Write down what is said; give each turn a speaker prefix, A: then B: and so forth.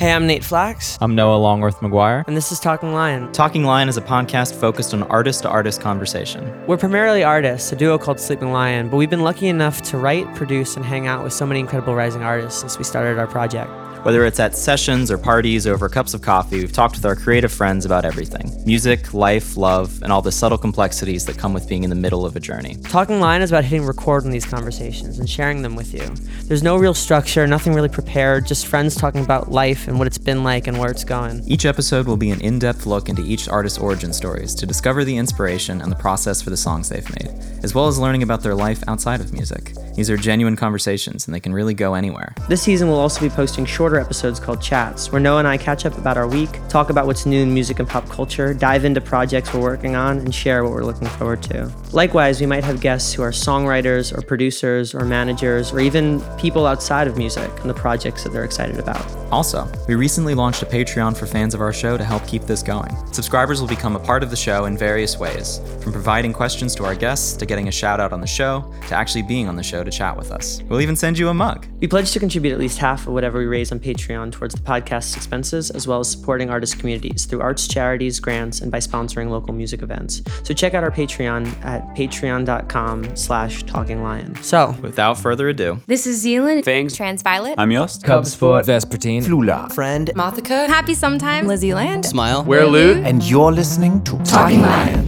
A: Hey, I'm Nate Flax,
B: I'm Noah Longworth McGuire.
A: and this is Talking Lion.
B: Talking Lion is a podcast focused on artist to artist conversation.
A: We're primarily artists, a duo called Sleeping Lion, but we've been lucky enough to write, produce, and hang out with so many incredible rising artists since we started our project.
B: Whether it's at sessions or parties or over cups of coffee, we've talked with our creative friends about everything music, life, love, and all the subtle complexities that come with being in the middle of a journey.
A: Talking Lion is about hitting record on these conversations and sharing them with you. There's no real structure, nothing really prepared, just friends talking about life and what it's been like and where it's going.
B: Each episode will be an in depth look into each artist's origin stories to discover the inspiration and the process for the songs they've made, as well as learning about their life outside of music. These are genuine conversations and they can really go anywhere.
A: This season, we'll also be posting shorter episodes called Chats, where Noah and I catch up about our week, talk about what's new in music and pop culture, dive into projects we're working on, and share what we're looking forward to. Likewise, we might have guests who are songwriters, or producers, or managers, or even people outside of music and the projects that they're excited about.
B: Also, we recently launched a Patreon for fans of our show to help keep this going. Subscribers will become a part of the show in various ways, from providing questions to our guests, to getting a shout out on the show, to actually being on the show to chat with us. We'll even send you a mug.
A: We pledge to contribute at least half of whatever we raise on Patreon towards the podcast's expenses, as well as supporting artist communities through arts, charities, grants, and by sponsoring local music events. So check out our Patreon at patreon.com slash talking lion. So
B: Without further ado,
C: This is Zealand.
D: Fangs.
C: Transviolet.
D: I'm Yost.
E: Cubsport, Vespertine, Flula,
F: friend,
C: Happy sometime. Lizzieland.
E: Smile.
D: We're Loot.
F: and you're listening to Talking Lion.